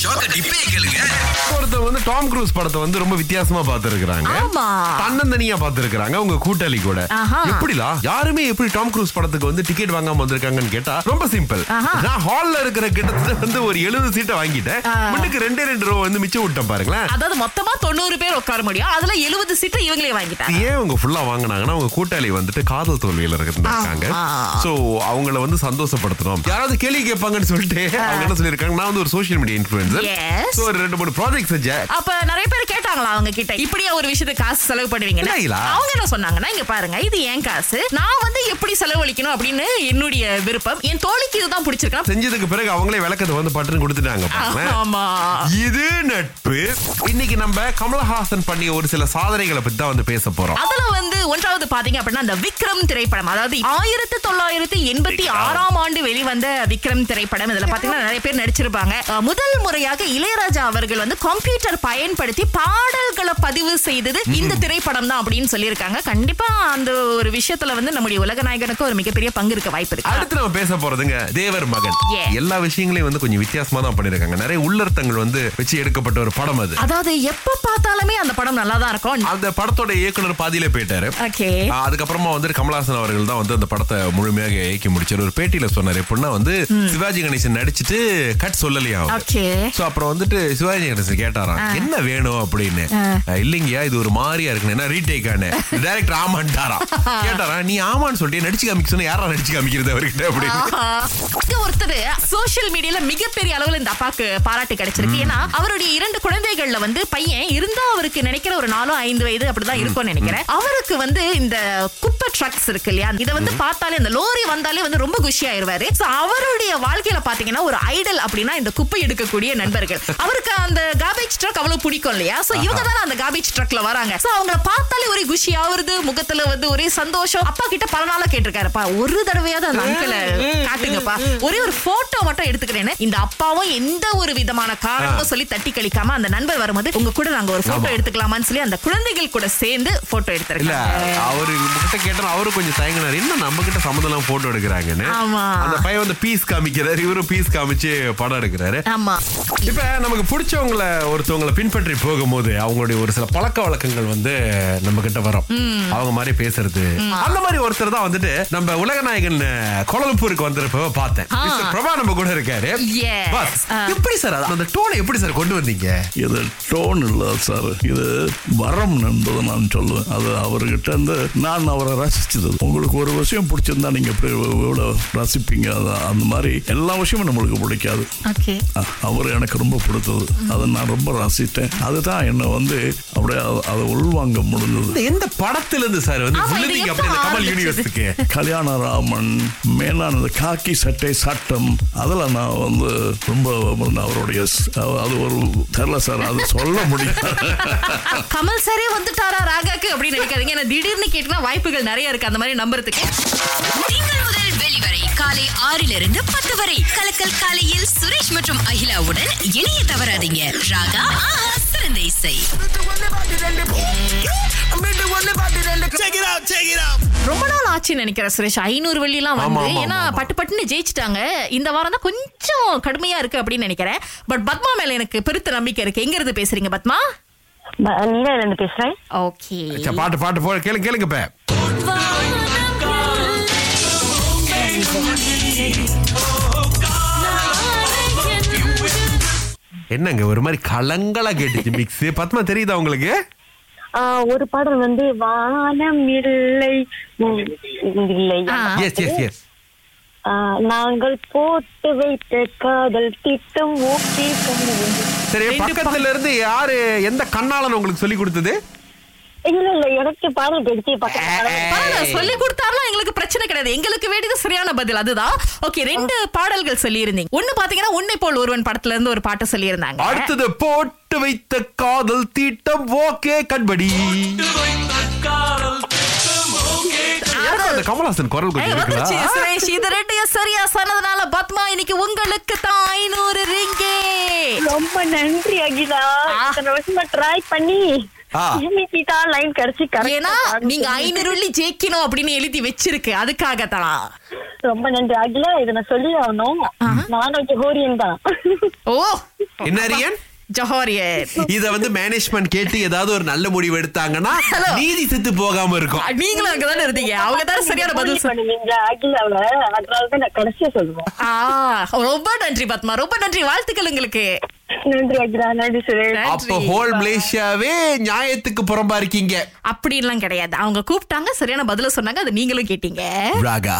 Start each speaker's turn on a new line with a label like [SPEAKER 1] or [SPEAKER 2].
[SPEAKER 1] ஷோக்க டிப்பே கேளுங்க
[SPEAKER 2] ஒருத்தர் வந்து டாம் க்ரூஸ் படத்தை வந்து ரொம்ப வித்தியாசமா பார்த்திருக்கிறாங்க
[SPEAKER 3] ஆமா.
[SPEAKER 2] தன்னந்தனியா பார்த்திருக்கிறாங்க உங்க கூட்டாளி கூட
[SPEAKER 3] ஆஹா.
[SPEAKER 2] எப்படிலா யாருமே எப்படி டாம் க்ரூஸ் படத்துக்கு வந்து டிக்கெட் வாங்காம வந்திருக்காங்கன்னு கேட்டா ரொம்ப சிம்பிள்
[SPEAKER 3] ஆஹா.
[SPEAKER 2] நான் ஹால்ல இருக்கிற கிட்டத்தட்ட வந்து ஒரு எழுபது சீட்டை வாங்கிட்டேன் முன்னுக்கு ரெண்டே ரெண்டு ரூபா வந்து மிச்சம் விட்டேன் பாருங்களேன்
[SPEAKER 3] அதாவது மொத்தமா தொண்ணூறு பேர் உட்கார முடியும் அதுல எழுபது சீட்டு இவங்களே வாங்கிட்டாங்க
[SPEAKER 2] ஏன் அவங்க ஃபுல்லா வாங்குனாங்கன்னா அவங்க கூட்டாளி வந்துட்டு காதல் தோல்வியில இருக்காங்க
[SPEAKER 3] ஆமா.
[SPEAKER 2] சோ அவங்கள வந்து சந்தோஷப்படுத்தணும் யாராவது கேள்வி கேட்பாங்கன்னு சொல்லிட்டு அவங்க என்ன சொல்லியிருக்காங்க நான் வந்து ஒரு social media influencer
[SPEAKER 3] Yes.
[SPEAKER 2] So ஒரு ரெண்டு மூணு ப்ராஜெக்ட் செஞ்சேன்
[SPEAKER 3] அப்ப நிறைய பேர் கேட்டாங்களா அவங்க கிட்ட இப்படியா ஒரு விஷயத்துக்கு காசு செலவு பண்ணுவீங்கன்னு
[SPEAKER 2] இல்லைங்களா?
[SPEAKER 3] அவங்க என்ன சொன்னாங்கன்னா இங்க பாருங்க இது என் காசு நான் வந்து எப்படி செலவழிக்கணும் அப்படின்னு என்னுடைய விருப்பம் என் தோழிக்கு இதுதான் பிடிச்சிருக்கா
[SPEAKER 2] செஞ்சதுக்கு பிறகு அவங்களே விளக்கத்தை வந்து பட்டுன்னு கொடுத்துட்டாங்க பாருங்களேன்.
[SPEAKER 3] ஆமா
[SPEAKER 2] இது நட்பு இன்னைக்கு நம்ம கமலஹாசன் பண்ணிய ஒரு சில சாதனைகளை பத்தி தான் வந்து பேச போறோம்
[SPEAKER 3] அதுல வந்து ஒன்றாவது பாத்தீங்க அப்படின்னா அந்த விக்ரம் திரைப்படம் அதாவது ஆயிரத்தி தொள்ளாயிரத்தி எண்பத்தி ஆறாம் ஆண்டு வெளிவந்த விக்ரம் திரைப்படம் இதுல பாத்தீங்கன்னா நிறைய பேர் நடிச்சிருப்பாங்க அஹ் முதல் முறையாக இளையராஜா அவர்கள் வந்து கம்ப்யூட்டர் பயன்படுத்தி பாடல்களை பதிவு செய்தது இந்த திரைப்படம் தான் அப்படின்னு சொல்லியிருக்காங்க கண்டிப்பா அந்த ஒரு விஷயத்துல வந்து நம்முடைய உலக நாயகனுக்கு ஒரு மிகப்பெரிய பங்கு இருக்க வாய்ப்பு இருக்கு
[SPEAKER 2] அடுத்து நம்ம பேச போறதுங்க தேவர் மகன்
[SPEAKER 3] Yes.
[SPEAKER 2] எல்லா விஷயங்களையும் வந்து கொஞ்சம் வித்தியாசமா தான் பண்ணிருக்காங்க நிறைய உள்ளர்த்தங்கள் வந்து வச்சு எடுக்கப்பட்ட ஒரு படம் அது
[SPEAKER 3] அதாவது எப்ப பார்த்தாலுமே அந்த படம் நல்லா தான் இருக்கும்
[SPEAKER 2] அந்த படத்தோட இயக்குனர் பாதியிலே போயிட்டாரு
[SPEAKER 3] ஓகே
[SPEAKER 2] ஆஹ் அதுக்கப்புறமா வந்து கமலஹாசன் அவர்கள் தான் வந்து அந்த படத்தை முழுமையாக இயக்கி முடிச்சாரு ஒரு பேட்டியில சொன்னாரு எப்படின்னா வந்து சிவாஜி கணேசன் நடிச்சிட்டு கட் சொல்லலையா
[SPEAKER 3] ஓகே
[SPEAKER 2] சோ அப்புறம் வந்துட்டு சிவாஜி கணேசன் கேட்டாராம் என்ன வேணும் அப்படின்னு அஹ், இல்லைங்கய்யா இது ஒரு மாதிரியா இருக்கு என்ன ரீடேக் ஆனு டைரக்டர் ஆமான்ட்டாராம் கேட்டாராம் நீ ஆமான்னு சொல்லிட்டு நடிச்சு காமிக்க சொன்னா யாரா நடிச்சு காமிக்கிறது அவர்கிட்ட அப்படின்னு
[SPEAKER 3] இங்க ஒருத்தர் சோஷியல் மீடியால மிகப்பெரிய அளவுல இந்த அப்பாக்கு பாராட்டு கிடைச்சிருக்கு ஏன்னா அவருடைய இரண்டு குழந்தைகள்ல வந்து பையன் இருந்தா அவருக்கு நினைக்கிற ஒரு நாலோ ஐந்து வயது அப்படிதான் இருக்கும்னு நினைக்கிறேன் அவருக்கு வந்து இந்த குப்பை ட்ரக்ஸ் இருக்கு இல்லையா இதை வந்து பார்த்தாலே இந்த லோரி வந்தாலே வந்து ரொம்ப குஷி ஆயிருவாரு So அவருடைய வாழ்க்கையில பாத்தீங்கன்னா ஒரு ஐடல் அப்படின்னா இந்த குப்பை எடுக்கக்கூடிய நண்பர்கள் அவருக்கு அந்த காபேஜ் ட்ரக் அவ்வளவு பிடிக்கும் இல்லையா சோ இவங்க தானே அந்த காபேஜ் ட்ரக்ல வராங்க சோ அவங்கள பார்த்தாலே ஒரே குஷி ஆவுறது முகத்துல வந்து ஒரே சந்தோஷம் அப்பா கிட்ட பல நாளா கேட்டிருக்காருப்பா ஒரு தடவையாவது அந்த அங்கிளை காட்டுங்கப்பா ஒரே ஒரு போட்டோ மட்டும் எடுத்துக்கிறேன்னு இந்த அப்பாவும் எந்த ஒரு விதமான காரணமும் சொல்லி தட்டி கழிக்காம அந்த நண்பர் வரும்போது உங்க கூட நாங்க ஒரு போட்டோ
[SPEAKER 2] ஆமா.
[SPEAKER 3] எடுத்துக்கலாமான்னு சொல்லி அந்த குழந்தைகள் கூட சேர்ந்து போட்டோ
[SPEAKER 2] இல்ல
[SPEAKER 3] எடுத்திருக்காங்க
[SPEAKER 2] அவரு கிட்ட கேட்டா அவரு கொஞ்சம் தயங்கினார் என்ன நம்ம கிட்ட சம்மந்தம் போட்டோ எடுக்கிறாங்கன்னு
[SPEAKER 3] ஆமா.
[SPEAKER 2] அந்த பையன் வந்து பீஸ் காமிக்கிறாரு இவரும் பீஸ் காமிச்சு படம் எடுக்கிறாரு
[SPEAKER 3] ஆமா
[SPEAKER 2] இப்ப நமக்கு பிடிச்சவங்கள ஒருத்தவங்கள பின்பற்றி போகும்போது அவங்களுடைய ஒரு சில பழக்க வழக்கங்கள் வந்து நம்ம கிட்ட வரும் அவங்க மாதிரி பேசுறது அந்த மாதிரி ஒருத்தர் தான் வந்துட்டு நம்ம உலகநாயகன் அஹ், கோலம்பூருக்கு வந்திருப்ப பார்த்தேன்
[SPEAKER 3] ஆ.
[SPEAKER 2] Mr. பிரபா நம்ம கூட இருக்காரு
[SPEAKER 3] Yes.
[SPEAKER 2] பாஸ்,
[SPEAKER 3] ஆ.
[SPEAKER 2] எப்படி சார் அது- அந்த டோனை எப்படி சார் கொண்டு வந்தீங்க
[SPEAKER 4] இது டோன் இல்ல சார் இது வரம் என்பது நான் சொல்லுவேன் அது அவர்கிட்ட இருந்து நான் அவரை ரசிச்சது உங்களுக்கு ஒரு விஷயம் பிடிச்சிருந்தா நீங்க எப்படி எவ்வளோ ரசிப்பீங்க அது- அந்த மாதிரி எல்லா விஷயமும் நம்மளுக்கு பிடிக்காது
[SPEAKER 3] ஓகே
[SPEAKER 4] அ- அவர் எனக்கு ரொம்ப பிடித்தது அதை நான் ரொம்ப ரசித்தேன் அதுதான் என்னை வந்து அப்படியே அ- அதை உள்வாங்க முடிஞ்சது
[SPEAKER 2] இந்த எந்த படத்துல இருந்து சார் வந்து
[SPEAKER 3] ஆமா, இது
[SPEAKER 2] விழுந்தீங்க
[SPEAKER 3] எப்ப
[SPEAKER 2] அப்படியே இந்த கமல்
[SPEAKER 3] ஆரம்பிச்சது?
[SPEAKER 2] யூனிவர்ஸுக்கு
[SPEAKER 4] கல்யாணராமன் மேலான அந்த காக்கி சட்டை சட்டம் அதில் நான் வந்து ரொம்ப அவருடைய ஸ்- அது ஒரு தெரில சார் அது சொல்ல முடியாது
[SPEAKER 3] கமல் சாரே வந்துட்டாரா ராகாக்கு அப்படின்னு நினைக்காதீங்க ஏன்னா திடீர்னு கேட்டா வாய்ப்புகள் நிறைய இருக்கு அந்த மாதிரி நம்புறதுக்கு
[SPEAKER 5] திங்கள் முதல் வெளிவரை காலை ஆறிலிருந்து பத்து வரை கலக்கல் காலையில் சுரேஷ் மற்றும் அகிலாவுடன் இணைய தவறாதீங்க ராகா ஆஹா சிறந்த இசை
[SPEAKER 3] ரொம்ப நாள் ஆச்சு நினைக்கிறேன் சுரேஷ் ஐநூறு வெள்ளிலாம்
[SPEAKER 2] ஆமா,
[SPEAKER 3] வந்து
[SPEAKER 2] ஆமா,
[SPEAKER 3] ஏன்னா
[SPEAKER 2] ஆமா.
[SPEAKER 3] பட்டு பட்டுன்னு ஜெயிச்சிட்டாங்க இந்த வாரம் தான் கொஞ்சம் கடுமையா இருக்கு அப்படின்னு நினைக்கிறேன் பட் பத்மா மேல எனக்கு பெருத்த நம்பிக்கை இருக்கு எங்க இருந்து பேசுறீங்க பத்மா
[SPEAKER 6] நீல இருந்து பேசுறேன்
[SPEAKER 3] ஓகே
[SPEAKER 2] சரி, பாட்டு பாட்டு போ கேளுங்க கேளுங்க இப்ப என்னங்க ஒரு மாதிரி கலங்கலா கேட்டுச்சு மிக்ஸ் பத்மா தெரியுதா உங்களுக்கு
[SPEAKER 6] ஆ, ஒரு பாடல் வந்து வானம் இல்லை உம், இல்லை
[SPEAKER 3] ஆ.
[SPEAKER 2] எஸ் எஸ் எஸ்
[SPEAKER 6] ஆ, நாங்கள் போட்டு வைத்த காதல் திட்டம் ஓகே
[SPEAKER 2] சரி பக்கத்துல இருந்து யாரு எந்த கண்ணாளன் உங்களுக்கு சொல்லி கொடுத்தது
[SPEAKER 6] இல்ல இல்ல எனக்கு பாடல் கெடுத்து பக்கத்துல
[SPEAKER 3] பரவாயில்ல, சொல்லி கொடுத்தாலும் எங்களுக்கு பிரச்சனை கிடையாது எங்களுக்கு வேண்டியது சரியான பதில் அதுதான் ஓகே ரெண்டு பாடல்கள் சொல்லி இருந்தீங்க ஒண்ணு பாத்தீங்கன்னா உன்னை போல் ஒருவன் படத்துல இருந்து ஒரு பாட்டு சொல்லி இருந்தாங்க
[SPEAKER 2] அடுத்தது போட்டு வைத்த காதல் தீட்டம் ஓகே கண்படி யாருக்கும் அந்த கமலஹாசன் குரல்
[SPEAKER 3] ஏய்,
[SPEAKER 2] கொஞ்சம்
[SPEAKER 3] வந்துருச்சு,
[SPEAKER 2] இருக்குதா
[SPEAKER 3] சுரேஷ் இது ரெண்டையும் சரியா சொன்னதுனால பத்மா இன்னைக்கு உங்களுக்கு தான் ஐநூறு ரிங்கே
[SPEAKER 6] ரொம்ப நன்றி அகிலா
[SPEAKER 3] ஆ.
[SPEAKER 6] இத்தனை வருஷமா ட்ரை பண்ணி
[SPEAKER 2] ஆ.
[SPEAKER 6] இன்னைக்கு தான் லைன் கிடைச்சி
[SPEAKER 3] ஏன்னா
[SPEAKER 6] கரெக்ட்
[SPEAKER 3] நீங்க ஐநூறு வெள்ளி ஜெயிக்கணும் அப்படின்னு எழுதி வச்சிருக்கு அதுக்காக தான்
[SPEAKER 6] ரொம்ப நன்றி அகிலா இதை நான் சொல்லி ஆகணும் நான் ஹோரியன் தான்
[SPEAKER 3] ஓ
[SPEAKER 2] என்ன அரியன்
[SPEAKER 3] ஜொஹோரியர்
[SPEAKER 2] இத வந்து மேனேஜ்மெண்ட் கேட்டு ஏதாவது ஒரு நல்ல முடிவு எடுத்தாங்கன்னா
[SPEAKER 3] Hello.
[SPEAKER 2] நீதி செத்து போகாம இருக்கும்
[SPEAKER 3] நீங்களும் அங்கதானே இருந்தீங்க அவங்க தான் சரியான பதில் சொல்~
[SPEAKER 6] பண்ணுவீங்களா அகிலாவை அதனாலதான் நான் கடைசியா சொல்லுவேன்
[SPEAKER 3] ஆ, ரொம்ப நன்றி பத்மா ரொம்ப நன்றி வாழ்த்துக்கள் உங்களுக்கு
[SPEAKER 6] நன்றி அகிலா நன்றி சுரேஷ்
[SPEAKER 3] நன்றி.
[SPEAKER 2] அப்ப ஹோல் மலேசியாவே நியாயத்துக்கு புறம்பா இருக்கீங்க
[SPEAKER 3] அப்படிலாம் கிடையாது அவங்க கூப்பிட்டாங்க சரியான பதில சொன்னாங்க அது நீங்களும் கேட்டீங்க
[SPEAKER 2] ராகா